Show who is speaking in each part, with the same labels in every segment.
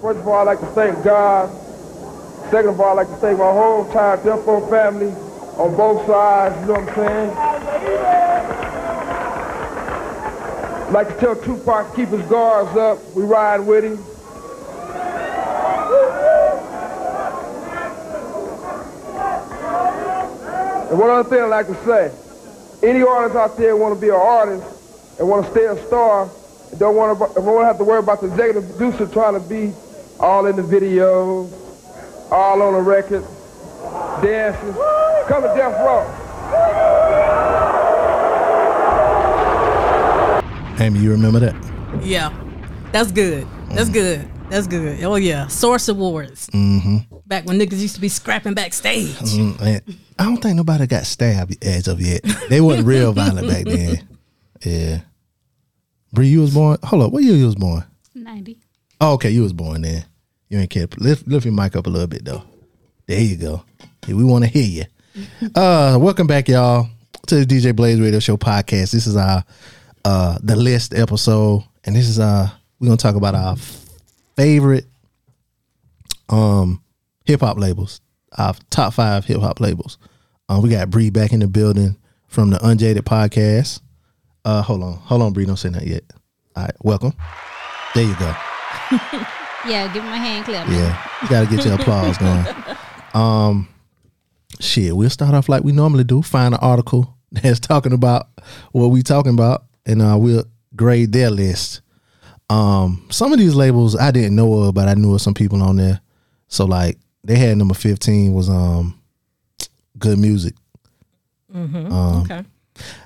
Speaker 1: First of all, I'd like to thank God. Second of all, I'd like to thank my whole entire Defo family on both sides, you know what I'm saying? I'd like to tell Tupac to keep his guards up. We ride with him. And one other thing I'd like to say, any artist out there want to be an artist and want to stay a star, and don't want to, don't want to have to worry about the executive producer trying to be all in the video, all on the record, dancing. Come to Death Row.
Speaker 2: Amy, you remember that?
Speaker 3: Yeah, that's good.
Speaker 2: Mm-hmm.
Speaker 3: That's good. That's good. Oh yeah, Source Awards. Mm-hmm. Back when niggas used to be scrapping backstage.
Speaker 2: Mm, and I don't think nobody got stabbed as of yet. They wasn't real violent back then. Yeah. Bree, you was born. Hold up, what year you was born?
Speaker 4: 90.
Speaker 2: Oh, okay, you was born then. You ain't kept. Lift, lift your mic up a little bit though. There you go. Yeah, we want to hear you. Uh, welcome back, y'all, to the DJ Blaze Radio Show podcast. This is our uh the list episode, and this is uh we're gonna talk about our favorite um hip hop labels, our top five hip hop labels. Um, we got Bree back in the building from the Unjaded podcast. Uh, hold on, hold on, Bree, don't say that yet. All right, welcome. There you go.
Speaker 4: Yeah, give him a hand clap.
Speaker 2: Yeah, you gotta get your applause going. Um, shit, we'll start off like we normally do. Find an article that's talking about what we talking about, and uh, we'll grade their list. Um, some of these labels I didn't know of, but I knew of some people on there. So like, they had number fifteen was um, good music.
Speaker 3: okay.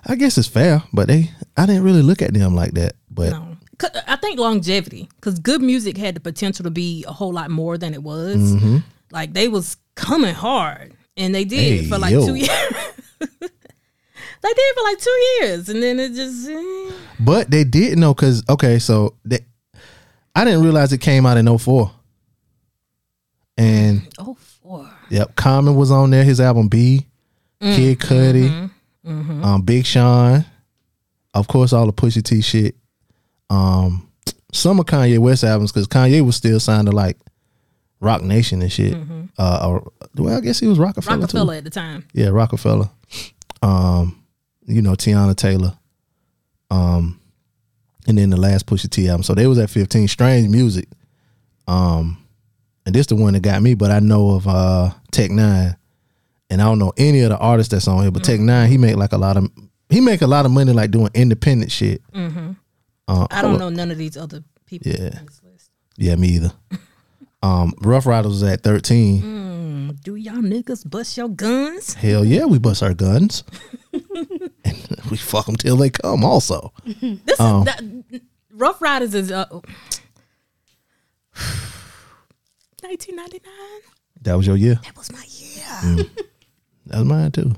Speaker 2: I guess it's fair, but they I didn't really look at them like that. But
Speaker 3: No. 'Cause Um, I think longevity, because good music had the potential to be a whole lot more than it was.
Speaker 2: Mm-hmm.
Speaker 3: Like they was coming hard, and they did
Speaker 2: Hey,
Speaker 3: for like
Speaker 2: yo.
Speaker 3: two years. they did for like two years, and then it just eh.
Speaker 2: But they did know because okay, so they, I didn't realize it came out in 04. and
Speaker 3: oh four.
Speaker 2: yep, Common was on there. His album B, Kid Cudi, Um, Big Sean, of course, all the Pusha T shit. Um, some of Kanye West albums because Kanye was still signed to like Rock Nation and shit. Uh, or, well, I guess he was Rockefeller, too.
Speaker 3: Rockefeller at the time.
Speaker 2: Yeah, Rockefeller. Um, you know, Tiana Taylor. Um, and then the last Pusha T album. So they was at 15. Strange music. Um, and this the one that got me, but I know of uh Tech Nine. And I don't know any of the artists that's on here, but Tech Nine, he make like a lot of he make a lot of money like doing independent shit.
Speaker 3: Mm-hmm. I don't know none of these other people.
Speaker 2: Yeah.
Speaker 3: on this list.
Speaker 2: Yeah, me either. Um, Rough Riders was at 13.
Speaker 3: Mm-hmm. Do y'all niggas bust your guns?
Speaker 2: Hell yeah, we bust our guns. and we fuck them till they come also.
Speaker 3: This is that, Rough Riders is uh, 1999.
Speaker 2: That was your year.
Speaker 3: That was my year.
Speaker 2: That was mine too.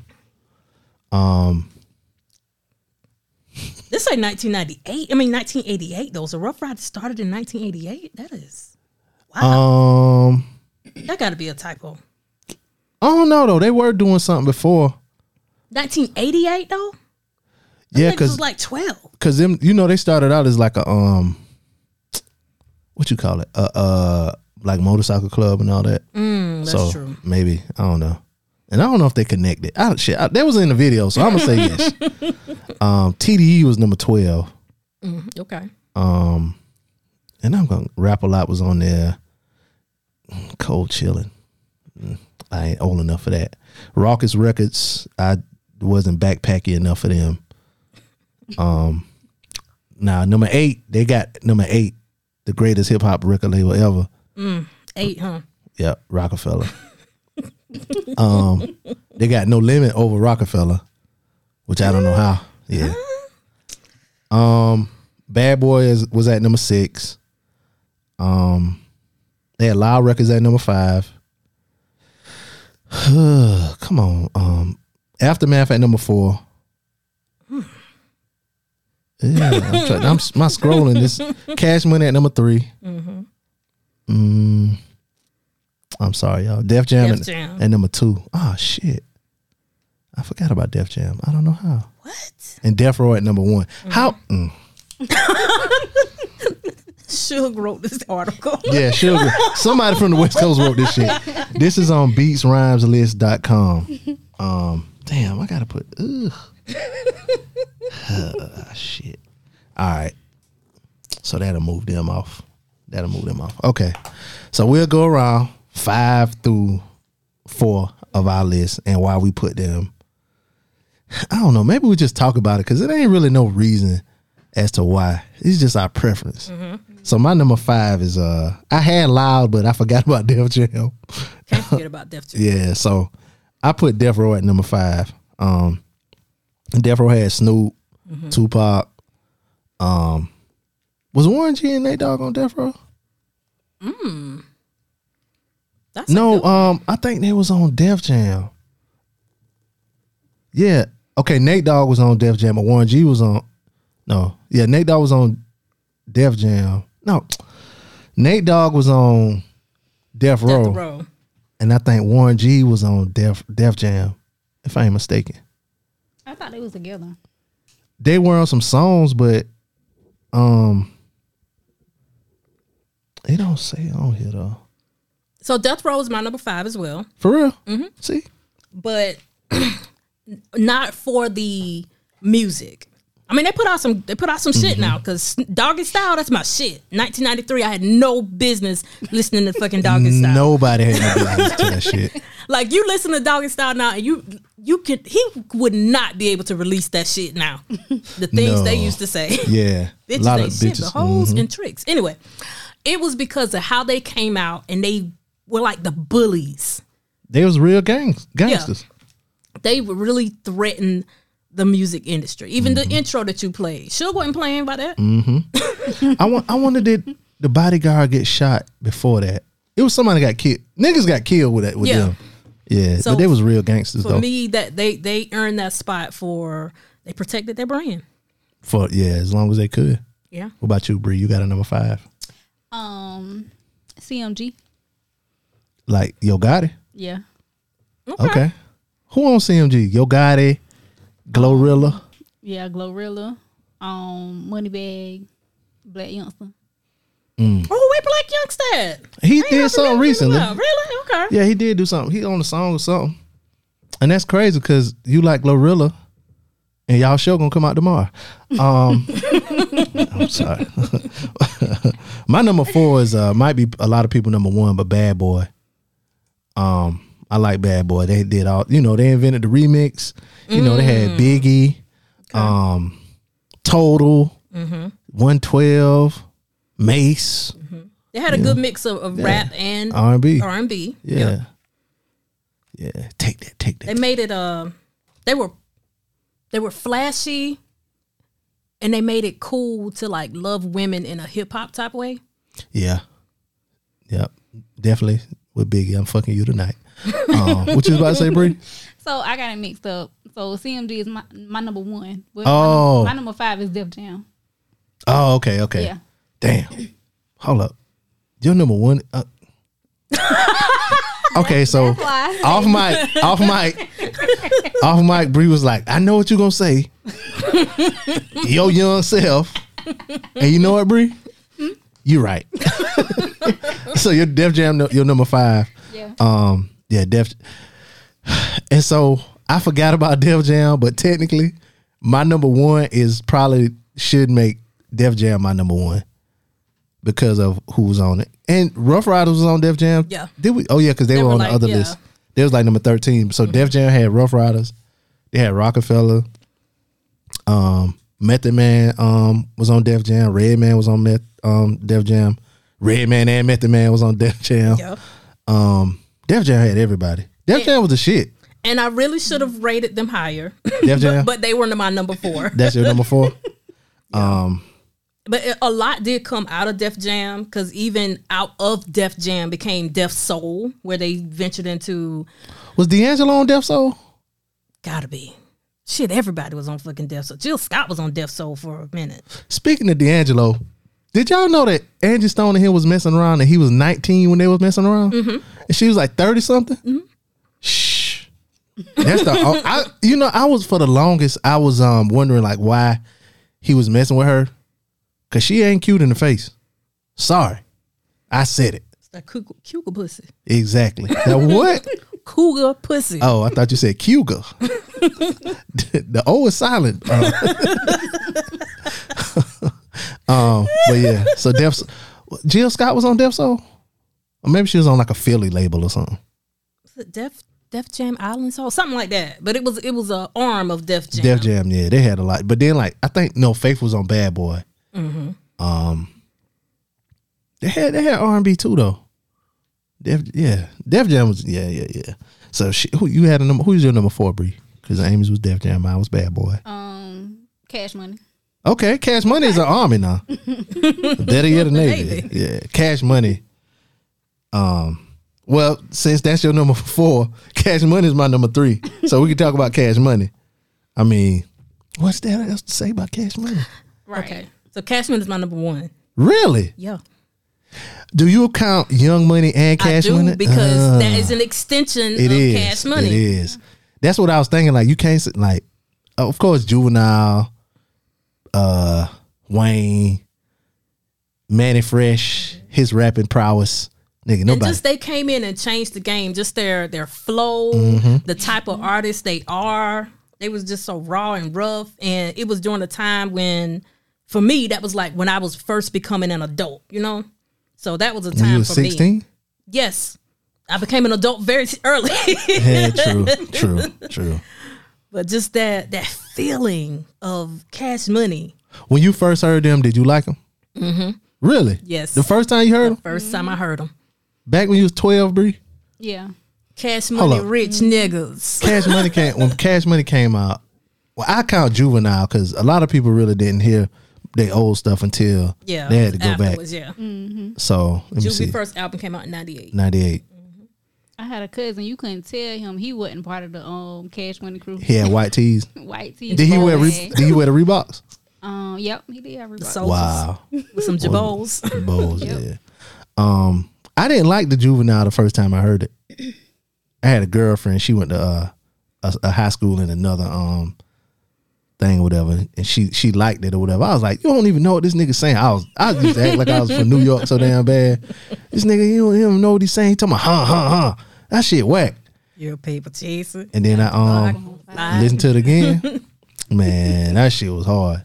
Speaker 3: This ain't 1998. I mean 1988 though. So Rough Riders started in 1988. That is Uh-huh.
Speaker 2: Um,
Speaker 3: that got to be a typo.
Speaker 2: I don't know though. They were doing something before.
Speaker 3: 1988 though.
Speaker 2: Yeah,
Speaker 3: Niggas was
Speaker 2: because
Speaker 3: like 12.
Speaker 2: because them you know they started out as like a um, what you call it? Uh, uh like motorcycle club and all that.
Speaker 3: Mm, That's
Speaker 2: so
Speaker 3: true.
Speaker 2: maybe I don't know. And I don't know if they connected. I don't shit. I, that was in the video, so I'm gonna say yes. Um, TDE was number twelve.
Speaker 3: Okay.
Speaker 2: Um, and I'm gonna rap a lot was on there. Cold chilling. I ain't old enough for that. Raucous Records, I wasn't backpacky enough for them. Um, now number eight, they got number eight, the greatest hip hop record label ever.
Speaker 3: Eight, huh?
Speaker 2: Yeah, Rockefeller. um, they got no limit over Rockefeller, which I don't know how. Yeah. Um, Bad Boy is, was at number six. Um, they had Loud Records at number five. Come on, um, Aftermath at number four. Yeah, I'm, trying, I'm my scrolling this Cash Money at number 3 Mm-hmm. I'm sorry, y'all. Def Jam,
Speaker 3: Def
Speaker 2: at,
Speaker 3: Jam.
Speaker 2: at number two. Oh shit, I forgot about Def Jam. I don't know how.
Speaker 3: What? Mm-hmm.
Speaker 2: And Death Row at number one. How? Mm.
Speaker 3: Suge wrote this article.
Speaker 2: Yeah, sugar. Somebody from the West Coast wrote this shit. This is on beatsrhymeslist.com. Um, damn, I gotta put ugh. Ah, shit. All right. So that'll move them off. That'll move them off. Okay. So we'll go around five through four of our list and why we put them. I don't know. Maybe we just talk about it because it ain't really no reason as to why. It's just our preference. So my number five is uh I had loud, but I forgot about Def Jam.
Speaker 3: Can't forget about Def Jam.
Speaker 2: Yeah, so I put Death Row at number five. Um, Death Row had Snoop, Tupac. Um, was Warren G and Nate Dogg on Death Row?
Speaker 3: That's a
Speaker 2: No,
Speaker 3: good-
Speaker 2: um, I think they was on Def Jam. Yeah. Okay, Nate Dogg was on Def Jam, but Warren G was on. No, yeah, Nate Dogg was on Def Jam. No, Nate Dogg was on Death Row.
Speaker 3: Death Row.
Speaker 2: and I think Warren G was on Def Def Jam, if I ain't mistaken.
Speaker 4: I thought they was together.
Speaker 2: They were on some songs, but um, it don't say on here though.
Speaker 3: So Death Row is my number five as well,
Speaker 2: For real? Mm-hmm. See,
Speaker 3: but not for the music. I mean, they put out some they put out some
Speaker 2: Mm-hmm.
Speaker 3: shit now because Doggy Style that's my shit. 1993, I had no business listening to fucking Doggy Style.
Speaker 2: nobody had no business to that shit.
Speaker 3: Like you listen to Doggy Style now, and you you could he would not be able to release that shit now. The things they
Speaker 2: No.
Speaker 3: used to say.
Speaker 2: Yeah,
Speaker 3: bitches ain't shit, but hoes
Speaker 2: Mm-hmm.
Speaker 3: and tricks. Anyway, it was because of how they came out and they were like the bullies.
Speaker 2: They was real gangs, gangsters.
Speaker 3: They would really threaten the music industry. Even
Speaker 2: Mm-hmm.
Speaker 3: the intro that you played, Suge wasn't playing about that.
Speaker 2: I want. I wonder did the bodyguard get shot before that? It was somebody got killed. Niggas got killed with that with
Speaker 3: Yeah.
Speaker 2: them. Yeah,
Speaker 3: So
Speaker 2: but they was real gangsters
Speaker 3: For
Speaker 2: though.
Speaker 3: me, that they they earned that spot for they protected their brand.
Speaker 2: for yeah, as long as they could.
Speaker 3: Yeah,
Speaker 2: What about you, Bree? You got a number five?
Speaker 4: Um, CMG.
Speaker 2: Like Yo Gotti.
Speaker 4: Yeah.
Speaker 2: Okay. Who on CMG? Yo Gotti, Glorilla.
Speaker 4: Yeah, Glorilla. Um, Moneybag. Black Youngster.
Speaker 3: oh, where Black Youngster? at?
Speaker 2: Mm. He
Speaker 3: I
Speaker 2: did
Speaker 3: ain't heard from him
Speaker 2: something
Speaker 3: in a
Speaker 2: recently.
Speaker 3: while. Really? Okay.
Speaker 2: Yeah, he did do something. He on a song or something. And that's crazy because you like Glorilla and y'all show gonna come out tomorrow. Um I'm sorry. My number four is uh might be a lot of people number one, but Bad Boy. Um, I like Bad Boy. They did all you know, they invented the remix. You know, they had Biggie, um, Total, 112, Mace,
Speaker 3: They had a good mix of, of rap and R
Speaker 2: R and B.
Speaker 3: and B.
Speaker 2: Yeah. yeah. Take that, take that.
Speaker 3: They made it. Uh, they were they were flashy, and they made it cool to like love women in a hip hop type way.
Speaker 2: Yeah. Yep. Definitely with Biggie. I'm fucking you tonight. Um, what you was about to say, Bree?
Speaker 4: So I got it mixed up. So CMG is my, my number one. But
Speaker 2: Oh.
Speaker 4: My, number five is Def Jam.
Speaker 2: Oh, okay, okay.
Speaker 4: Yeah.
Speaker 2: Damn. Hold up. Your number one. Uh, okay, so
Speaker 4: why.
Speaker 2: off mic, off mic, off mic. Bree was like, "I know what you gonna say, your young self." And you know what, Bree?
Speaker 4: Hmm?
Speaker 2: You're right. so your Def Jam, no- your number five.
Speaker 4: Yeah.
Speaker 2: Um, yeah, Def. And so I forgot about Def Jam, but technically, my number one is probably should make Def Jam my number one because of who was on it. And Rough Riders was on Def Jam.
Speaker 3: Yeah.
Speaker 2: Did we? Oh yeah, because they,
Speaker 3: They
Speaker 2: were,
Speaker 3: were
Speaker 2: on
Speaker 3: like-
Speaker 2: the other
Speaker 3: yeah. Mm-hmm.
Speaker 2: list. They was like number thirteen. So Def Jam had Rough Riders. They had Rockefeller. Um, Method Man um was on Def Jam. Red Man was on Meth um Def Jam. Red Man and Method Man was on Def Jam.
Speaker 3: Yeah.
Speaker 2: Um, Def Jam had everybody. Def Jam was the shit.
Speaker 3: And I really should have rated them higher,
Speaker 2: Mm-hmm. Def Jam.
Speaker 3: but they were my number four.
Speaker 2: that's your number four.
Speaker 3: But it- a lot did come out of Def Jam because even out of Def Jam became Def Soul, where they ventured into
Speaker 2: Was D'Angelo on Def Soul?
Speaker 3: gotta be shit. Everybody was on fucking Def Soul. Jill Scott was on Def Soul for a minute.
Speaker 2: Speaking of D'Angelo, did y'all know that Angie Stone and him was messing around and he was 19 when they was messing around? And she was like 30 something? Shh. That's the I, you know, I was for the longest I was um wondering like why he was messing with her. Cause she ain't cute in the face. Sorry, I said it
Speaker 3: It's that cougar, cougar pussy.
Speaker 2: exactly. Now what?
Speaker 3: Cougar pussy.
Speaker 2: Oh, I thought you said cougar. the O is silent. Uh, um, but yeah, so Def Jill Scott was on Def Soul, or maybe she was on like a Philly label or something.
Speaker 3: Was it Def Def Jam Island Soul, something like that. But it was it was a arm of Def Jam.
Speaker 2: Def Jam, yeah, they had a lot. But then, like, I think no, Faith was on Bad Boy. Um, they had they had R and B too though. Def, yeah, Def Jam was yeah yeah yeah. So she, who you had a number? Who's your number four, Bree? Because Amy's was Def Jam, I was Bad Boy.
Speaker 4: Um, Cash Money.
Speaker 2: Okay, Cash Money is an army now. Better yet, a navy. Yeah, Cash Money. Um, well, since that's your number four, Cash Money is my number three. So we can talk about Cash Money. I mean, what's that else to say about Cash Money?
Speaker 4: Right.
Speaker 3: Okay, so Cashman is my number one.
Speaker 2: Really?
Speaker 3: Yeah,
Speaker 2: Do you count Young Money and Cash
Speaker 3: I do
Speaker 2: Money?
Speaker 3: because
Speaker 2: Ah,
Speaker 3: that is an extension
Speaker 2: it
Speaker 3: of
Speaker 2: is.
Speaker 3: Cash Money.
Speaker 2: It is. That's what I was thinking. Like you can't s- like, of course, Juvenile, uh, Wayne, Manny Fresh, his rapping prowess, nigga.
Speaker 3: And
Speaker 2: Nobody.
Speaker 3: just they came in and changed the game. Just their their flow,
Speaker 2: Mm-hmm.
Speaker 3: the type of artists they are. They was just so raw and rough. And it was during a time when, for me, that was like when I was first becoming an adult. You know, so that was a
Speaker 2: when
Speaker 3: time
Speaker 2: you were
Speaker 3: for me.
Speaker 2: sixteen.
Speaker 3: Yes, I became an adult very early.
Speaker 2: Yeah, true, true, true.
Speaker 3: but just that that feeling of Cash Money.
Speaker 2: When you first heard them, did you like them? Mm-hmm. Really?
Speaker 3: Yes.
Speaker 2: The first time you heard them,
Speaker 3: First time I heard them,
Speaker 2: back when you was twelve, Bree.
Speaker 4: Yeah.
Speaker 3: Cash
Speaker 2: Hold
Speaker 3: Money,
Speaker 2: up.
Speaker 3: rich niggas.
Speaker 2: Cash Money came when Cash Money came out. Well, I count Juvenile because a lot of people really didn't hear their old stuff until
Speaker 3: Yeah,
Speaker 2: they had to go
Speaker 3: afterwards,
Speaker 2: back.
Speaker 3: Yeah,
Speaker 2: So let me
Speaker 3: Juvie's
Speaker 2: see,
Speaker 3: first album came out in '98.
Speaker 2: ninety eight.
Speaker 4: I had a cousin. You couldn't tell him he wasn't part of the um Cash Money crew.
Speaker 2: He had white tees.
Speaker 4: White tee.
Speaker 2: Did he wear? Re-
Speaker 4: boy.
Speaker 2: did he wear the Reeboks?
Speaker 4: Um. Yep. He did have Reebok.
Speaker 3: So
Speaker 2: Wow,
Speaker 3: with some jabols.
Speaker 2: Bulls. Yeah. Um, I didn't like the Juvenile the first time I heard it. I had a girlfriend. She went to uh, a, a high school in another um thing or whatever, and she she liked it or whatever. I was like, you don't even know what this nigga saying. I was I used to act like I was from New York so damn bad. This nigga, you don't, he don't know what he's saying. He talking about huh huh huh. That shit whack.
Speaker 3: You're a paper chaser.
Speaker 2: And then I um
Speaker 3: Lie.
Speaker 2: listened to it again. Man, that shit was hard.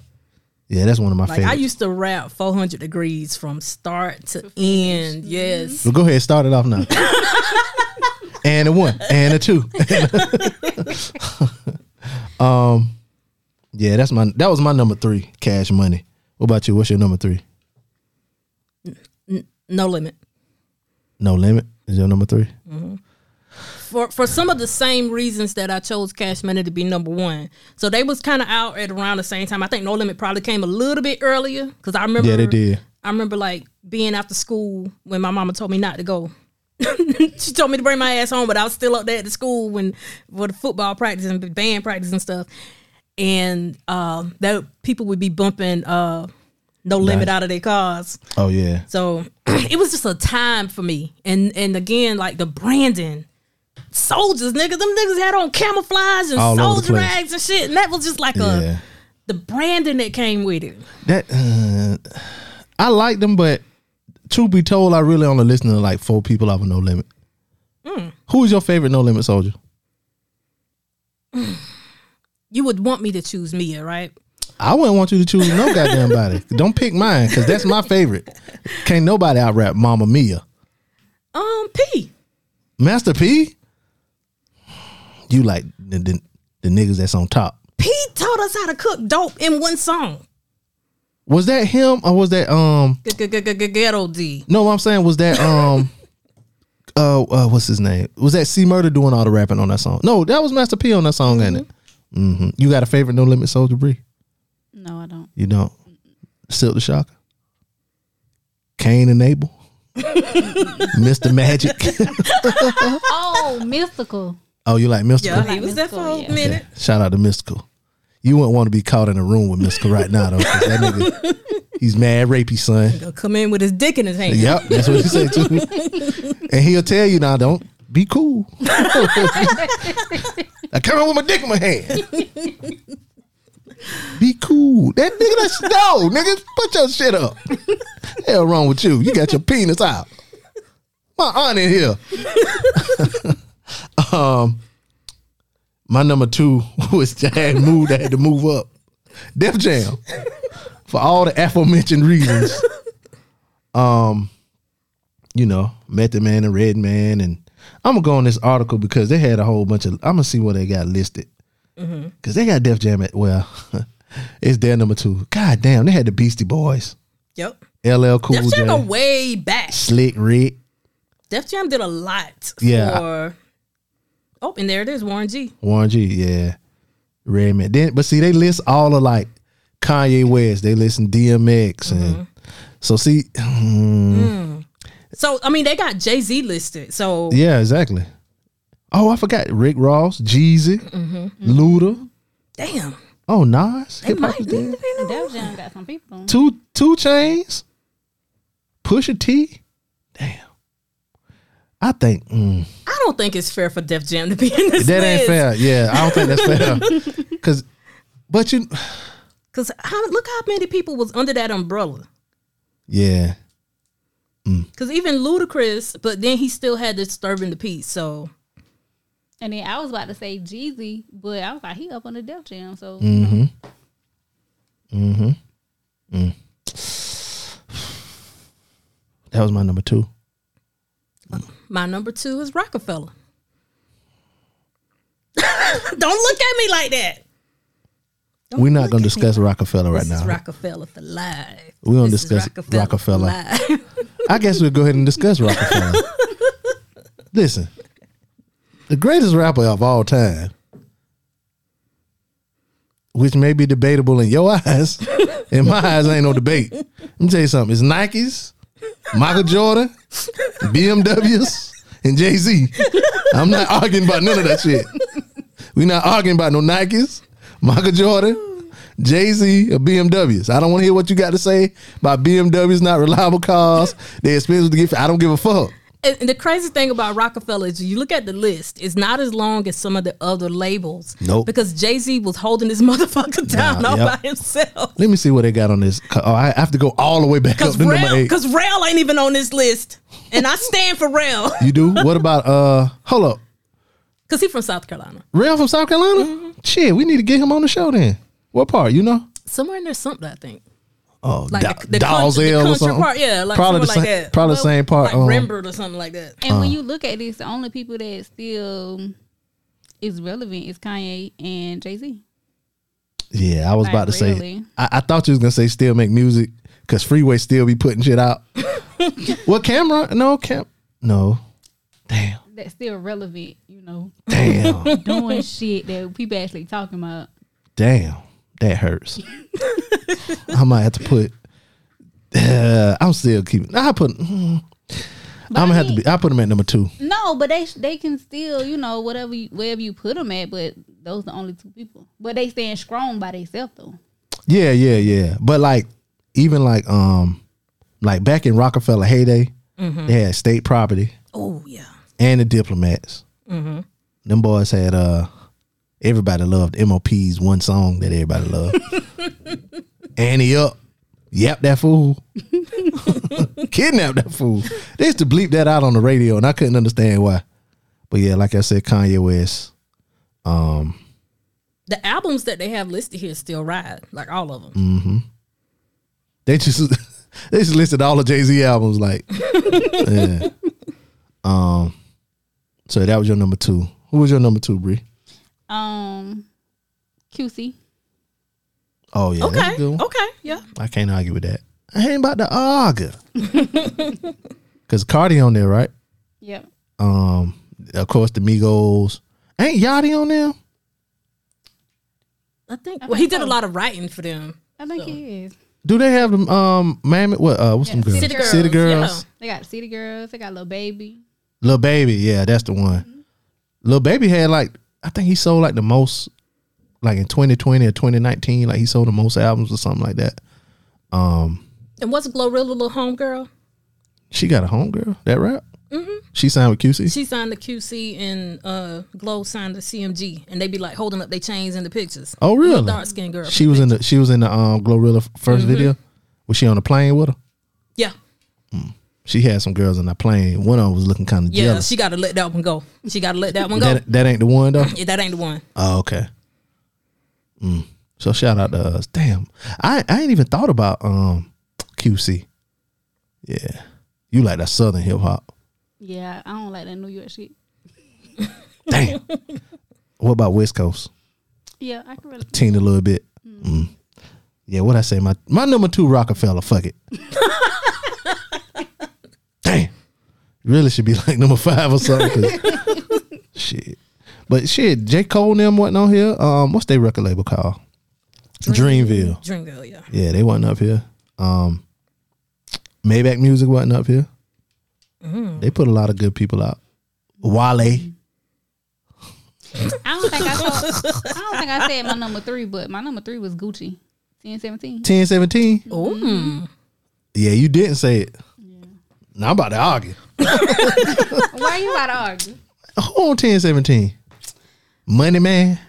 Speaker 2: Yeah, that's one of my
Speaker 3: Like
Speaker 2: favorites.
Speaker 3: I used to rap 400 degrees from start to end. Yes.
Speaker 2: Well, go ahead, start it off now. and a one, and a two. um, yeah, that's my that was my number three, Cash Money. What about you? What's your number three?
Speaker 3: No limit.
Speaker 2: No Limit is your number 3
Speaker 3: for for some of the same reasons that I chose Cash Money to be number one. So they was kind of out at around the same time. I think No Limit probably came a little bit earlier because I remember.
Speaker 2: Yeah, they did.
Speaker 3: I remember like being after school when my mama told me not to go. she told me to bring my ass home, but I was still up there at the school when for the football practice and band practice and stuff. And uh, that people would be bumping uh, No Limit
Speaker 2: Nice.
Speaker 3: out of their cars.
Speaker 2: Oh yeah,
Speaker 3: So it was just a time for me. And and again, like the branding. Soldiers, nigga. Them niggas had on camouflage and
Speaker 2: All over the
Speaker 3: soldier
Speaker 2: place.
Speaker 3: rags and shit. And that was just like
Speaker 2: yeah.
Speaker 3: a the branding that came with it.
Speaker 2: That uh, I like them, but truth be told, I really only listen to like four people off of No Limit.
Speaker 3: Hmm.
Speaker 2: Who is your favorite No Limit soldier?
Speaker 3: You would want me to choose Mia, right?
Speaker 2: I wouldn't want you to choose no goddamn body. Don't pick mine because that's my favorite. Can't nobody out rap Mama Mia.
Speaker 3: Um, P.
Speaker 2: Master P, you like the, the, the niggas that's on top.
Speaker 3: P taught us how to cook dope in one song.
Speaker 2: Was that him or was that um?
Speaker 3: Ghetto D.
Speaker 2: No, what I'm saying was that um. Uh, uh, what's his name? Was that C Murder doing all the rapping on that song? No, that was Master P on that song, ain't it? hmm You got a favorite No Limit Soldier Bree?
Speaker 4: No, I don't.
Speaker 2: You don't. Silk the Shocker. Kane and Abel. Mr. Magic.
Speaker 4: Oh, mystical.
Speaker 2: oh, you like Mystical?
Speaker 3: Yeah, he was there for a
Speaker 4: Yeah.
Speaker 3: minute.
Speaker 2: Shout out to Mystical. You wouldn't want to be caught in a room with Mystical right now, though. 'cause That nigga, he's mad rapey, son.
Speaker 3: He'll Come in with his dick in his hand.
Speaker 2: Yep, that's what he said too. And he'll tell you now, don't be cool. I come in with my dick in my hand. Be cool. That nigga, that's no, nigga, put your shit up. Hell wrong with you? You got your penis out. My aunt in here. um, my number two was Jad Move that had to move up. Def Jam. For all the aforementioned reasons. Um, you know, Method Man and Red Man and I'm gonna go on this article because they had a whole bunch of I'm gonna see what they got listed.
Speaker 3: Mm-hmm.
Speaker 2: Cause they got Def Jam at well, it's their number two. God damn, they had the Beastie Boys.
Speaker 3: Yep.
Speaker 2: LL Cool
Speaker 3: Def Jam
Speaker 2: J,
Speaker 3: go way back.
Speaker 2: Slick Rick.
Speaker 3: Def Jam did a lot.
Speaker 2: Yeah.
Speaker 3: For, oh, and there it is, Warren G.
Speaker 2: Warren G, yeah. Redman. Then but see they list all of like Kanye West. They listen DMX
Speaker 3: Mm-hmm.
Speaker 2: and so see
Speaker 3: Mm. So I mean, they got Jay Z listed. So
Speaker 2: yeah, exactly. Oh, I forgot Rick Ross, Jeezy, Luda.
Speaker 3: damn,
Speaker 2: Oh, Nas.
Speaker 3: Mm-hmm. they
Speaker 2: Hip Hop
Speaker 3: might
Speaker 2: is
Speaker 3: they-
Speaker 2: dead.
Speaker 3: they know.
Speaker 4: Def Jam got some people.
Speaker 2: Two two chains. Pusha T. Damn. I think mm,
Speaker 3: I don't think it's fair for Def Jam to be in this
Speaker 2: that ain't
Speaker 3: list.
Speaker 2: fair. Yeah, I don't think that's fair. Cause but you
Speaker 3: Cause how, look how many people was under that umbrella.
Speaker 2: Yeah.
Speaker 3: Cause even Ludacris, but then he still had disturbing the peace. So
Speaker 4: And then I was about to say Jeezy, but I was like, he up on the Def Jam, so
Speaker 2: That was my number two.
Speaker 3: my number two is Rockefeller. don't look at me like that. Don't
Speaker 2: We're not
Speaker 3: look
Speaker 2: gonna
Speaker 3: at me
Speaker 2: discuss Rockefeller right
Speaker 3: Oh, This
Speaker 2: now.
Speaker 3: is Rockefeller for life.
Speaker 2: We don't
Speaker 3: This is
Speaker 2: discuss Rockefeller.
Speaker 3: for life.
Speaker 2: I guess we'll go ahead and discuss Rockefeller. Listen, the greatest rapper of all time, which may be debatable in your eyes, in my eyes, ain't no debate. Let me tell you something: it's Nikes, Michael Jordan, BMWs, and Jay Z. I'm not arguing about none of that shit. We're not arguing about no Nikes, Michael Jordan, Jay Z, or BMWs. I don't want to hear what you got to say about BMWs not reliable cars. They're expensive to get. I don't give a fuck.
Speaker 3: And and the crazy thing about Rockefeller is you look at the list, it's not as long as some of the other labels.
Speaker 2: Nope.
Speaker 3: Because Jay Z was holding this motherfucker down all
Speaker 2: yep.
Speaker 3: by himself.
Speaker 2: Let me see what they got on this. Oh, I have to go all the way back up
Speaker 3: Because
Speaker 2: to number
Speaker 3: Rail,
Speaker 2: eight.
Speaker 3: because Rail ain't even on this list. And I stand for Rail.
Speaker 2: You do? What about uh? Hold up,
Speaker 3: Because he from South Carolina.
Speaker 2: Rail from South Carolina.
Speaker 3: Mm-hmm.
Speaker 2: Shit, we need to get him on the show then. What part? You know?
Speaker 3: Somewhere in there, something, I think.
Speaker 2: Oh,
Speaker 3: Like
Speaker 2: da-
Speaker 3: the, the,
Speaker 2: Dolls
Speaker 3: country, the
Speaker 2: L or
Speaker 3: country
Speaker 2: something.
Speaker 3: part. Yeah, like
Speaker 2: probably the
Speaker 3: somewhere
Speaker 2: same.
Speaker 3: like that.
Speaker 2: Probably the
Speaker 3: Well,
Speaker 2: same part.
Speaker 3: Like
Speaker 2: um,
Speaker 3: Rembert or something like that.
Speaker 4: And when you look at this, the only people that still is relevant is Kanye and Jay Z.
Speaker 2: Yeah, I was about to say.
Speaker 4: really.
Speaker 2: I, I thought you was gonna say still make music because Freeway still be putting shit out. what camera? No cam. No. Damn.
Speaker 4: That's still relevant, you know,
Speaker 2: Damn.
Speaker 4: doing shit that people actually talking about.
Speaker 2: damn. That hurts. I might have to put. Uh, I'm still keeping. I put. mm, I'm gonna have to be. I put him at number two.
Speaker 4: No, but they they can still, you know, whatever you, wherever you put them at, but those the only two people. But they stand strong by themselves though.
Speaker 2: Yeah, yeah, yeah. But like, even like, um, like back in Rockefeller heyday, they had state property.
Speaker 3: Oh, yeah.
Speaker 2: and the diplomats. Them boys had uh everybody loved MOP's one song that everybody loved. Annie up. Yep, that fool. Kidnap that fool. They used to bleep that out on the radio and I couldn't understand why. But yeah, like I said, Kanye West.
Speaker 3: The albums that they have listed here still ride, like all of them.
Speaker 2: Mm, They just they just listed all the Jay Z albums like Yeah. Um so that was your number two. Who was your number two, Bree?
Speaker 4: Um, QC.
Speaker 2: Oh yeah. that's a
Speaker 3: Okay.
Speaker 2: good one.
Speaker 3: Okay. Yeah.
Speaker 2: I can't argue with that. I ain't about to argue. Cause Cardi on there, right?
Speaker 4: Yep.
Speaker 2: Um, of course the Migos. Ain't Yachty on there?
Speaker 3: I think.
Speaker 4: I
Speaker 3: Well, he
Speaker 4: think
Speaker 3: did a
Speaker 4: so.
Speaker 3: lot of writing for them.
Speaker 4: I think it is.
Speaker 2: Do they have them um Mammoth? What uh what's some girls?
Speaker 3: City Girls,
Speaker 2: City
Speaker 3: yeah.
Speaker 2: Girls.
Speaker 4: They got City Girls. They got Little Baby.
Speaker 2: Lil Baby, yeah, that's the one. Lil Baby had like I think he sold like the most like in twenty twenty or twenty nineteen, like he sold the most albums or something like that.
Speaker 3: And what's Glorilla Little Homegirl?
Speaker 2: She got a homegirl, that rap? Mm-hmm. She signed with QC.
Speaker 3: She signed the QC and uh, Glow signed the CMG, and they be like holding up their chains in the pictures.
Speaker 2: oh really?
Speaker 3: dark skinned girl. Mm-hmm.
Speaker 2: She was in the she was in the um Glorilla 1st video. Was she on the plane with her?
Speaker 3: Yeah.
Speaker 2: She had some girls on that plane. One of them was looking kind of
Speaker 3: Yeah.
Speaker 2: jealous.
Speaker 3: She got to let that one go. She got to let that one go.
Speaker 2: That, that ain't the one though.
Speaker 3: Yeah, that ain't the one.
Speaker 2: Oh, okay. Mm. So shout out to us. Damn, I I ain't even thought about um QC. Yeah, you like that Southern hip hop.
Speaker 4: Yeah, I don't like that New York shit.
Speaker 2: Damn. what about West Coast?
Speaker 4: Yeah, I can really.
Speaker 2: Teen a little bit. Mm. Yeah, what I say? My my number two Rockefeller. Fuck it. Damn. Really should be like number five or something. 'cause- shit. But shit, J. Cole and them wasn't on here. Um, what's their record label called? Dreamville.
Speaker 3: Dreamville. Yeah.
Speaker 2: Yeah, they wasn't up here. Um Maybach Music wasn't up here. They put a lot of good people out. Wale.
Speaker 4: I don't think I told, I don't think I said my number three, but my number three was Gucci. Ten seventeen.
Speaker 2: Ten seventeen.
Speaker 3: Ooh.
Speaker 2: Yeah, you didn't say it. Now I'm about to argue.
Speaker 4: Why you about to argue?
Speaker 2: Who on ten seventeen? Money man.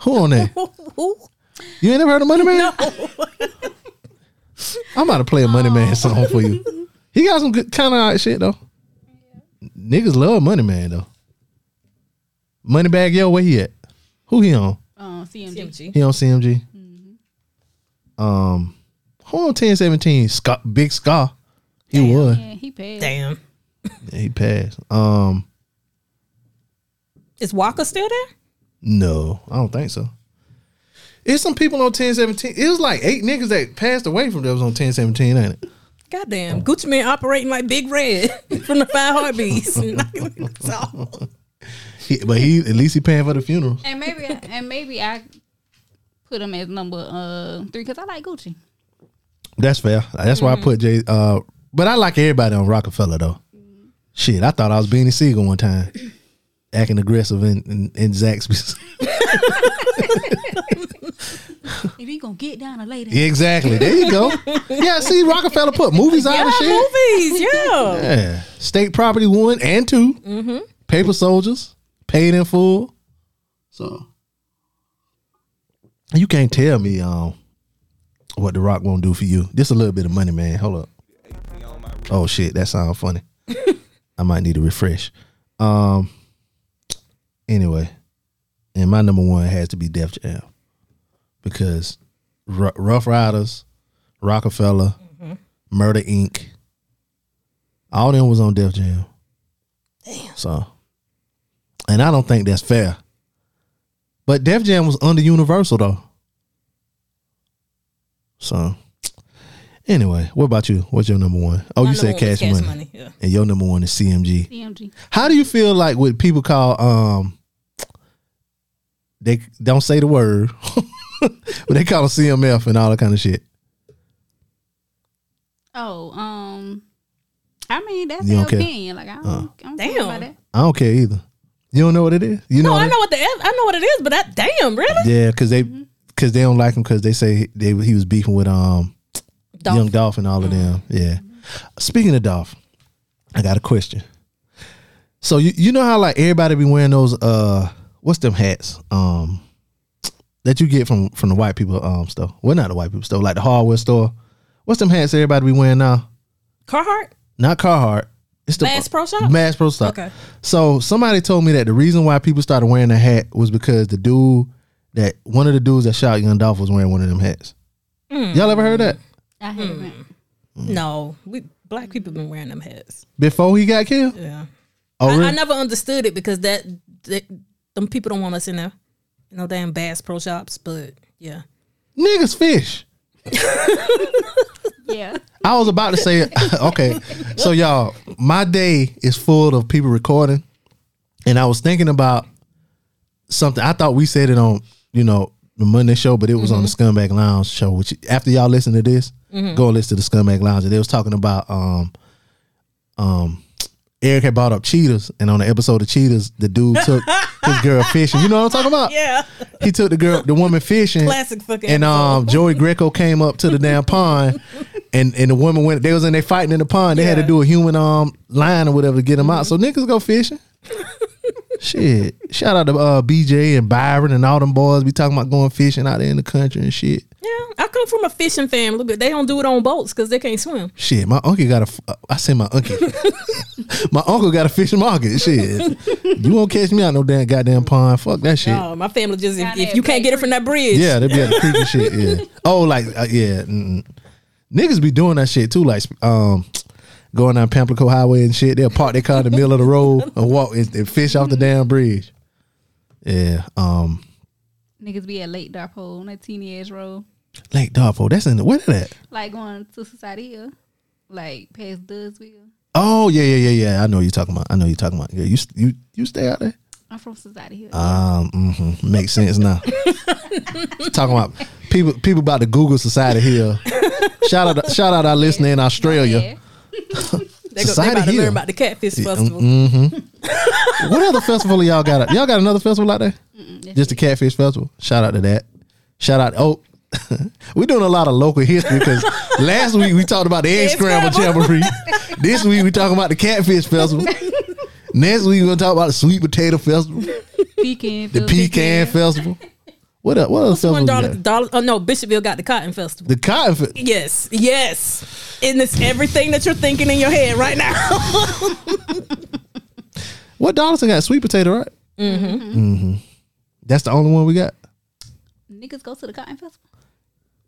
Speaker 2: Who on that? You ain't never heard of Money Man? I'm about to play a Money Man song for you. He got some good kind of alright shit though. Niggas love Money Man though. Money Bag Yo, where he at? Who he on?
Speaker 4: Um, CMG.
Speaker 3: CMG.
Speaker 2: He on CMG. Um, who on 1017? Scott, Big Scar. He was.
Speaker 4: Yeah, he passed.
Speaker 3: Damn.
Speaker 2: Yeah, he passed. Um,
Speaker 3: Is Walker still there?
Speaker 2: no, I don't think so. It's some people on 1017. It was like eight niggas that passed away from that was on 1017, ain't it?
Speaker 3: Goddamn. Gucci Man operating like Big Red from the Five Heartbeats. It's all-
Speaker 2: He, but he at least he paying for the funeral.
Speaker 4: And maybe and maybe I put him as number uh three because I like Gucci.
Speaker 2: That's fair. That's why I put Jay. Uh, but I like everybody on Rockefeller though. Shit, I thought I was Beanie Siegel one time, acting aggressive in in, in Zaxby's.
Speaker 4: If you gonna get down a lady,
Speaker 2: Yeah, exactly. There you go. Yeah, see, Rockefeller put movies out and shit.
Speaker 3: movies. Yeah.
Speaker 2: Yeah. State property one and 2 Paper soldiers. Paid in full. So you can't tell me um what the rock won't do for you. Just a little bit of money, man. Hold up. Oh shit, that sounds funny. I might need to refresh. Um anyway. And my number one has to be Def Jam. Because Ru Rough Riders, Rockefeller,
Speaker 3: Mm-hmm.
Speaker 2: Murder Inc. All them was on Def Jam. Damn. So, and I don't think that's fair. But Def Jam was under Universal though. So, anyway, what about you? What's your number one? Oh,
Speaker 3: My
Speaker 2: you said
Speaker 3: number one was
Speaker 2: Cash, Money.
Speaker 3: Yeah.
Speaker 2: and your number one is CMG.
Speaker 4: CMG.
Speaker 2: How do you feel like what people call um? They don't say the word, but they call them CMF and all that kind of shit.
Speaker 4: Oh, um, I mean that's
Speaker 2: You
Speaker 4: your
Speaker 2: don't care? Uh.
Speaker 4: opinion. Like I don't, I don't care about
Speaker 3: Damn.
Speaker 4: that.
Speaker 2: I don't care either. You don't know what it is. You
Speaker 3: No,
Speaker 2: know. what
Speaker 3: I
Speaker 2: it-
Speaker 3: know what the F- I know what it is, but that damn really
Speaker 2: Yeah, because they because they don't like him because they say they he was beefing with um
Speaker 3: Dolph.
Speaker 2: young Dolph and all of them. Yeah. Speaking of Dolph, I got a question. So you you know how like everybody be wearing those uh what's them hats um that you get from from the white people um store. Well, not the white people store, like the hardware store. What's them hats everybody be wearing now?
Speaker 3: Carhartt
Speaker 2: Not Carhartt. It's the
Speaker 3: Bass Pro Shop.
Speaker 2: Mass Pro Stock.
Speaker 3: Okay.
Speaker 2: So somebody told me that the reason why people started wearing the hat was because the dude that one of the dudes that shot Young Dolph was wearing one of them hats.
Speaker 3: Hmm.
Speaker 2: Y'all ever heard that?
Speaker 4: I haven't.
Speaker 3: No, we black people been wearing them hats.
Speaker 2: Before he got killed?
Speaker 3: Yeah,
Speaker 2: Oh,
Speaker 3: I,
Speaker 2: really?
Speaker 3: I never understood it because that, that them people don't want us in there. No damn Bass Pro Shops, but yeah,
Speaker 2: Niggas fish.
Speaker 4: Yeah,
Speaker 2: I was about to say, okay, so y'all, my day is full of people recording, and I was thinking about something. I thought we said it on, you know, the Monday show, but it was on the Scumbag Lounge show. Which after y'all listen to this, go and listen to the Scumbag Lounge, and they was talking about, um, um, Eric had brought up cheetahs, and on the episode of Cheetahs, the dude took his girl fishing. You know what I'm talking about?
Speaker 3: yeah,
Speaker 2: he took the girl, the woman fishing.
Speaker 3: Classic fucking
Speaker 2: And um, Joey Greco came up to the damn pond, and and the woman went. They was in there fighting in the pond. They had to
Speaker 3: Yeah.
Speaker 2: do a human um line or whatever to get them out. So niggas go fishing. shit. Shout out to uh, BJ and Byron and all them boys. We talking about going fishing out there in the country and shit.
Speaker 3: yeah. I come from a fishing family, but they don't do it on boats because they can't swim.
Speaker 2: Shit, my uncle got a. f- uh, I say my uncle. my uncle got a fish market. Shit, you won't catch me out no damn goddamn pond. Fuck that shit.
Speaker 3: Oh, my family just if,
Speaker 4: Down
Speaker 3: if
Speaker 4: there,
Speaker 3: you can't get it from that bridge,
Speaker 2: Yeah, they be at the creepy shit. Yeah. Oh, like uh, yeah, mm. niggas be doing that shit too. Like um, going down Pamplico Highway and shit. They'll park their car in the middle of the road and walk and, and fish off the damn bridge. Yeah. Um,
Speaker 4: Niggas be at Lake Darpo on that teeny ass road.
Speaker 2: Lake Darpo. That's in the where that. at?
Speaker 4: Like going to Society Hill. Like past Dudsville.
Speaker 2: Oh yeah, yeah, yeah, yeah. I know what you're talking about. I know what you're talking about. Yeah, you you you stay out there.
Speaker 4: I'm from Society Hill.
Speaker 2: Um, mhm. makes sense now. Talking about people, people about the Google Society here. shout out, shout out our listener in Australia.
Speaker 4: Yeah.
Speaker 3: they go, they
Speaker 2: Society
Speaker 3: about to
Speaker 2: Hill.
Speaker 3: learn about the catfish festival.
Speaker 2: What other festival y'all got? Y'all got another festival out there? Just the Catfish Festival. Shout out to that. Shout out. Oh, we're doing a lot of local history because last week we talked about the egg
Speaker 3: Egg
Speaker 2: scramble
Speaker 3: scramble.
Speaker 2: jamboree. this week we talking about the Catfish Festival. Next week we're gonna talk about the Sweet Potato Festival,
Speaker 4: Pecan.
Speaker 2: the
Speaker 4: Phil,
Speaker 2: Pecan Festival. What up? What other
Speaker 3: One
Speaker 2: festival? we
Speaker 3: dollar,
Speaker 2: got?
Speaker 3: dollar. Oh no, Bishopville got the cotton festival.
Speaker 2: The Cotton. Fe-
Speaker 3: Yes, yes. And it's everything that you're thinking in your head right now.
Speaker 2: What dollars I got? Sweet potato, right? Mm-hmm. That's the only one we got.
Speaker 4: Niggas go to the Cotton Festival.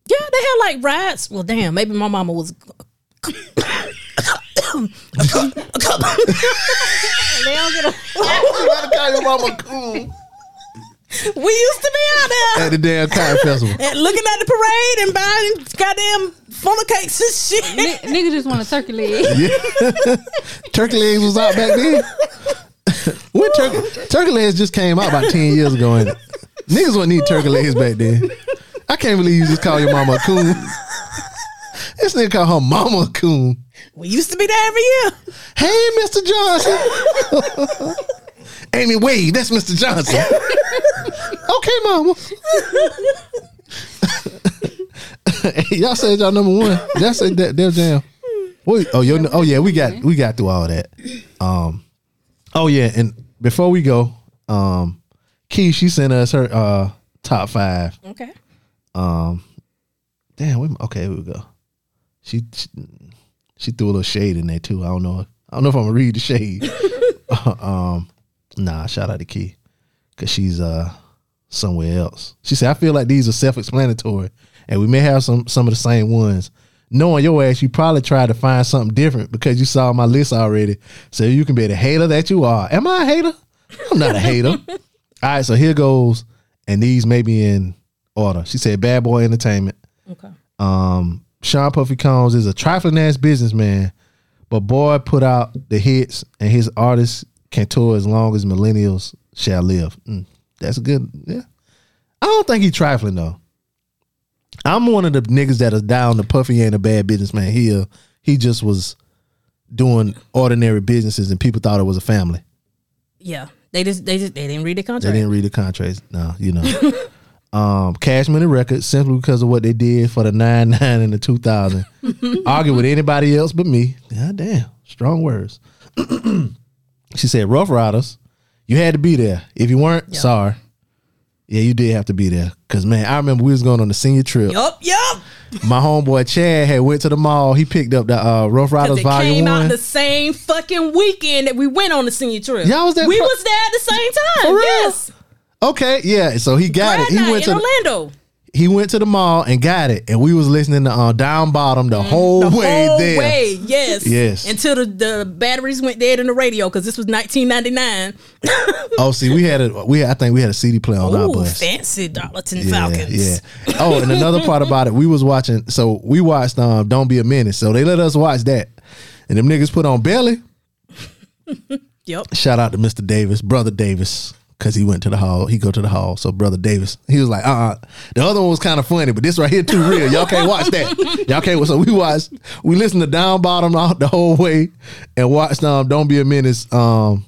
Speaker 3: yeah, they had like rides. Well, damn, maybe my mama was.
Speaker 4: They don't get a
Speaker 3: we used to be out there
Speaker 2: At the damn cotton festival.
Speaker 3: and looking at the parade and buying goddamn funnel cakes and shit.
Speaker 4: Ni- niggas just want a turkey leg.
Speaker 2: Turkey legs was out back then. when turkey turkey legs just came out about ten years ago, and niggas wouldn't need turkey legs back then. I can't believe you just call your mama a coon. this nigga call her mama a coon.
Speaker 3: We used to be there every year.
Speaker 2: Hey, Mr. Johnson. Amy Wade, that's Mr. Johnson. okay, mama. y'all said y'all number one. Y'all said that Def Jam. What, oh, your, oh yeah, we got we got through all that. Um, oh yeah, and before we go, um, Key she sent us her uh top five.
Speaker 3: Okay.
Speaker 2: Um, damn. Wait, okay, here we go. She, she she threw a little shade in there too. I don't know. I don't know if I'm gonna read the shade. um, nah. Shout out to Key because she's uh somewhere else. She said, "I feel like these are self-explanatory, and we may have some some of the same ones." Knowing your ass, you probably tried to find something different because you saw my list already. So you can be the hater that you are. Am I a hater? I'm not a hater. All right, so here goes, and these may be in order. She said, "Bad Boy Entertainment."
Speaker 3: Okay.
Speaker 2: Um, Sean Puffy Combs is a trifling ass businessman, but boy put out the hits, and his artists can tour as long as millennials shall live. Mm, that's a good. Yeah, I don't think he trifling though. I'm one of the niggas that is down the Puffy ain't a bad businessman. He uh, he just was doing ordinary businesses, and people thought it was a family.
Speaker 3: Yeah. They just they just they didn't read the
Speaker 2: They
Speaker 3: contract.
Speaker 2: didn't read the contracts. No, you know. um, Cash Money Records simply because of what they did for the nine nine and the two thousand. Argue with anybody else but me. God damn, strong words. she said, "Rough Riders, you had to be there. If you weren't, sorry." Yeah, you did have to be there, cause man, I remember we was going on the senior trip.
Speaker 3: Yup, yup.
Speaker 2: My homeboy Chad had went to the mall. He picked up the uh, Rough
Speaker 3: Because
Speaker 2: Riders
Speaker 3: it
Speaker 2: Volume
Speaker 3: came
Speaker 2: One.
Speaker 3: out the same fucking weekend that we went on the senior trip.
Speaker 2: Y'all was there
Speaker 3: We
Speaker 2: pro-
Speaker 3: was there at the same time.
Speaker 2: For real?
Speaker 3: Yes.
Speaker 2: okay, yeah. So he got
Speaker 3: Friday
Speaker 2: it. He
Speaker 3: night
Speaker 2: went
Speaker 3: in
Speaker 2: to the-
Speaker 3: Orlando.
Speaker 2: he went to the mall and got it, and we was listening to uh, Down Bottom the whole
Speaker 3: Mm, The
Speaker 2: way
Speaker 3: whole
Speaker 2: there.
Speaker 3: way, yes,
Speaker 2: Yes.
Speaker 3: Until the, the batteries went dead in the radio because this was 1999.
Speaker 2: Oh, see, we had a we I think we had a CD player on our
Speaker 3: Ooh,
Speaker 2: bus.
Speaker 3: fancy Darlington
Speaker 2: Yeah,
Speaker 3: Falcons.
Speaker 2: yeah. Oh, and another part about it, we was watching. So we watched um, "Don't Be a Menace." So they let us watch that, and them niggas put on Belly.
Speaker 3: Yep.
Speaker 2: Shout out to Mister Davis, brother Davis, because he went to the hall. He go to the hall. So brother Davis, he was like, uh, uh the other one was kind of funny, but this right here too real. Y'all can't watch that. Y'all can't. So we watched. We listened to Down Bottom all- the whole way, and watched um, "Don't Be a Menace." Um,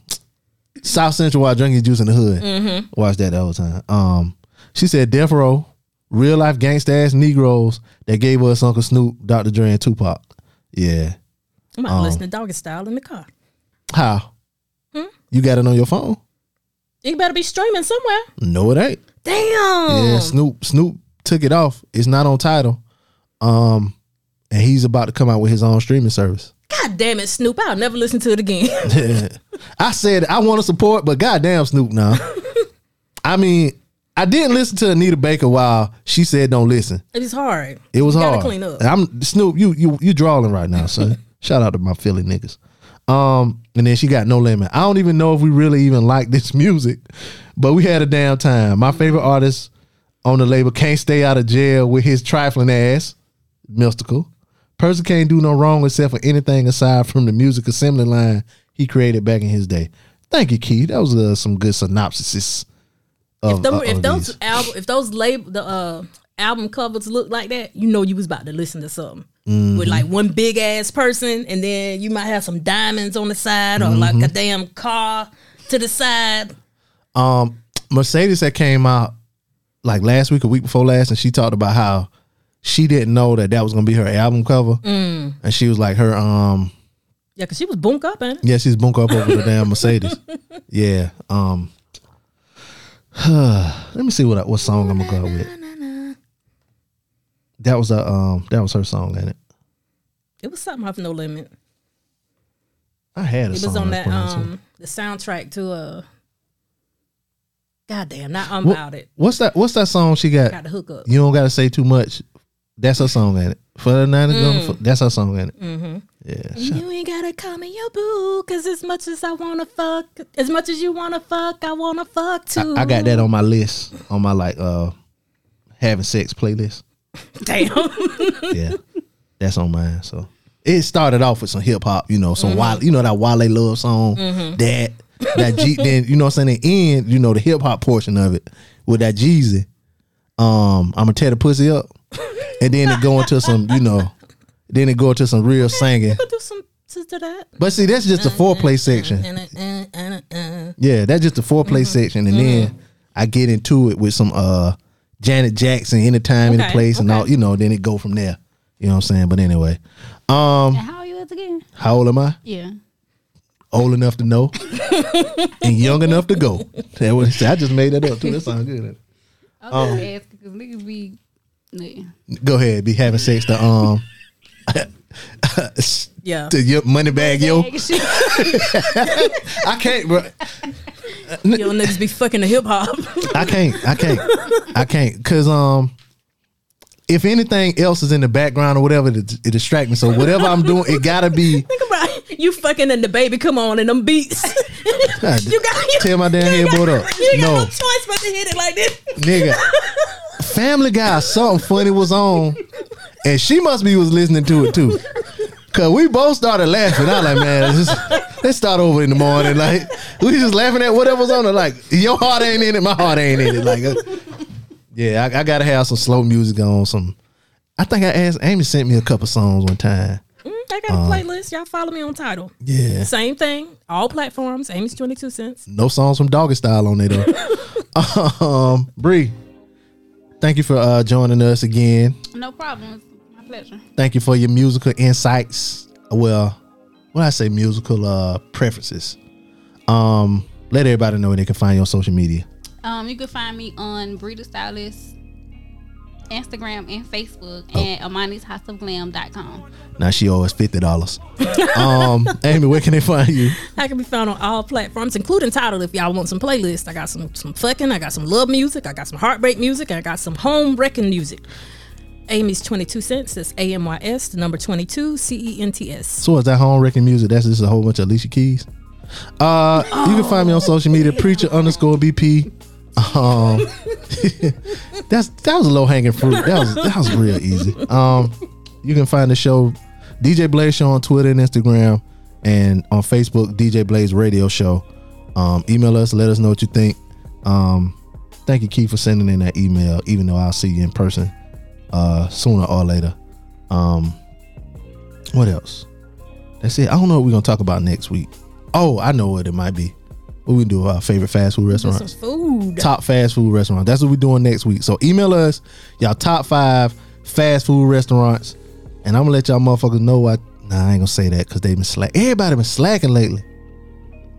Speaker 2: South Central while drinking juice in the hood. Watch that the whole time. Um, she said Death Row, real life gangsta ass Negroes that gave us Uncle Snoop, Dr. Dre, and Tupac. Yeah.
Speaker 3: I'm out
Speaker 2: Um,
Speaker 3: listening to Doggy Style in the car.
Speaker 2: How? You got it on your phone?
Speaker 3: It better be streaming somewhere.
Speaker 2: No, it ain't.
Speaker 3: Damn.
Speaker 2: Yeah, Snoop Snoop took it off. It's not on title. Um, and he's about to come out with his own streaming service.
Speaker 3: God damn it, Snoop! I'll never listen to it again.
Speaker 2: I said I want to support, but goddamn Snoop now. I mean, I didn't listen to Anita Baker while she said don't listen.
Speaker 3: it was hard.
Speaker 2: It was
Speaker 3: You
Speaker 2: hard.
Speaker 3: Gotta clean up.
Speaker 2: And I'm Snoop. You you you drawing right now, son. Shout out to my Philly niggas. Um, and then she got no limit. I don't even know if we really even like this music, but we had a damn time. My favorite artist on the label can't stay out of jail with his trifling ass. Mystical person can't do no wrong except for anything aside from the music assembly line he created back in his day. Thank you, Key. That was uh, some good synopsis. Of, uh,
Speaker 3: Them-
Speaker 2: of-
Speaker 3: if
Speaker 2: of
Speaker 3: those
Speaker 2: these.
Speaker 3: album, if those label, the uh, album covers look like that, you know you was about to listen to something
Speaker 2: Mm-hmm.
Speaker 3: with like one big ass person, and then you might have some diamonds on the side or like
Speaker 2: Mm-hmm.
Speaker 3: a damn car to the side.
Speaker 2: um Mercedes that came out like last week, a week before last, and she talked about how she didn't know that that was gonna be her album cover,
Speaker 3: Mm.
Speaker 2: and she was like, her um,
Speaker 3: Yeah, cause she was bunk up and
Speaker 2: yeah, she's bunk up over the damn Mercedes, yeah. Um, let me see what I, what song I'm gonna go with. That was a um, that was her song, ain't it?
Speaker 3: it was something off No Limit.
Speaker 2: I had a
Speaker 3: It
Speaker 2: song.
Speaker 3: was on
Speaker 2: that's
Speaker 3: that
Speaker 2: what I was-
Speaker 3: um the soundtrack to uh. Goddamn, now I'm
Speaker 2: What-
Speaker 3: out. It
Speaker 2: What's that? What's that song she got?
Speaker 3: got the hook up.
Speaker 2: You don't gotta say too much. That's her song, ain't it? For the night is gone,
Speaker 3: Mm.
Speaker 2: for- that's her song, ain't it? Yeah.
Speaker 3: And You ain't gotta call me your boo, cause as much as I wanna fuck, as much as you wanna fuck, I wanna fuck too.
Speaker 2: I got that on my list, on my like uh having sex playlist.
Speaker 3: Damn.
Speaker 2: Yeah. That's on mine. So it started off with some hip hop, you know, some Wale, you know that Wale love song, that that G then, you know what I'm saying, the end, you know, the hip hop portion of it with that Jeezy. Um, I'ma tear the pussy up. And then it go into some, you know, then it go into some real singing.
Speaker 3: Could do some to do that.
Speaker 2: But see, that's just the foreplay section.
Speaker 3: And, uh, and, and, and.
Speaker 2: Yeah, that's just the foreplay
Speaker 3: Mm-hmm.
Speaker 2: section, and then I get into it with some uh Janet Jackson, anytime, any
Speaker 3: Okay,
Speaker 2: place, and
Speaker 3: okay.
Speaker 2: all you know. Then it go from there. You know what I'm saying? But anyway, um,
Speaker 4: And how are you at again?
Speaker 2: how old am I?
Speaker 4: Yeah.
Speaker 2: Old enough to know, and young enough to go. That was, I just made that up too. That sounds good.
Speaker 4: I was
Speaker 2: Um,
Speaker 4: gonna ask because niggas be. Yeah.
Speaker 2: Go ahead, be having sex to um
Speaker 3: Yeah.
Speaker 2: to your money bag, yo.
Speaker 4: Niggas
Speaker 2: I can't, bro.
Speaker 3: Yo, niggas be fucking the hip hop.
Speaker 2: I can't. I can't. I can't. Cause um, if anything else is in the background or whatever, it, it distract me. So whatever I'm doing, it gotta be.
Speaker 3: Think about it. You fucking and the baby come on and them beats. you got you,
Speaker 2: tear my damn
Speaker 3: you ain't
Speaker 2: headboard
Speaker 3: got-
Speaker 2: up.
Speaker 3: You ain't got
Speaker 2: No.
Speaker 3: no. choice but to hit it like this.
Speaker 2: nigga. Family Guy, something funny was on, and she must be was listening to it too, cause we both started laughing. I like, man, let's, let's start over in the morning. Like we just laughing at whatever's on it. Like your heart ain't in it, my heart ain't in it. Like, uh, yeah, I, I gotta have some slow music on. Some, I think I asked Amy sent me a couple songs one time.
Speaker 3: Mm, I got a playlist. Y'all follow me on title.
Speaker 2: Uh, Yeah,
Speaker 3: Same thing. All platforms. Amy's twenty two cents.
Speaker 2: no songs from Doggy Style on there though. um, Bree, thank you for uh, joining us again.
Speaker 4: no problem. It's my pleasure.
Speaker 2: thank you for your musical insights. Well, when I say musical uh preferences, um, let everybody know where they can find you on social media.
Speaker 4: Um, you can find me on Breeder Stylist, Instagram, and Facebook,
Speaker 2: Oh.
Speaker 4: and Amani's House of Glam.com.
Speaker 2: Now she owes fifty dollars. um, Amy, where can they find you?
Speaker 3: I can be found on all platforms, including Tidal. If y'all want some playlists, I got some some fucking, I got some love music, I got some heartbreak music, and I got some home wrecking music. Amy's twenty two cents. That's A M Y S, the number twenty two C E N T S.
Speaker 2: So is that home wrecking music? That's just a whole bunch of Alicia Keys. Uh, you can find me on social media, preacher underscore BP. Um, that's that was a low hanging fruit. That was that was real easy. Um, you can find the show DJ Blaze Show on Twitter and Instagram, and on Facebook DJ Blaze Radio Show. Um, email us, let us know what you think. Um, thank you, Keith, for sending in that email. Even though I'll see you in person uh, sooner or later. Um, what else? That's it. I don't know what we're gonna talk about next week. Oh, I know what it might be. What we do our favorite fast food
Speaker 3: Get
Speaker 2: restaurants
Speaker 3: some food.
Speaker 2: top fast food restaurants. That's what we're doing next week. So email us y'all top five fast food restaurants, and I'm gonna let y'all motherfuckers know. Why, nah, I ain't gonna say that because they been slack. Everybody been slacking lately.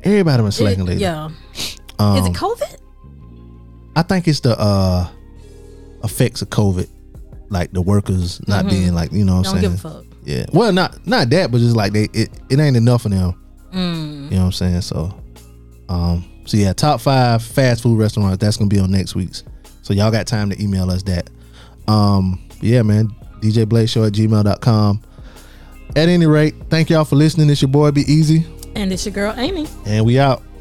Speaker 2: Everybody been slacking lately. Um,
Speaker 3: Yeah. Is
Speaker 2: Oh,
Speaker 3: it COVID?
Speaker 2: I think it's the uh effects of COVID. like the workers not being like you know what I'm
Speaker 3: Mm-hmm. Don't
Speaker 2: saying
Speaker 3: give a fuck.
Speaker 2: yeah well not not that but just like they it, it ain't enough of them
Speaker 3: Mm.
Speaker 2: you know what I'm saying so um so yeah top five fast food restaurants that's gonna be on next week's so y'all got time to email us that um yeah man DJ Blaze Show at gmail.com at any rate thank y'all for listening it's your boy Be Easy
Speaker 3: And it's your girl Amy.
Speaker 2: and we out.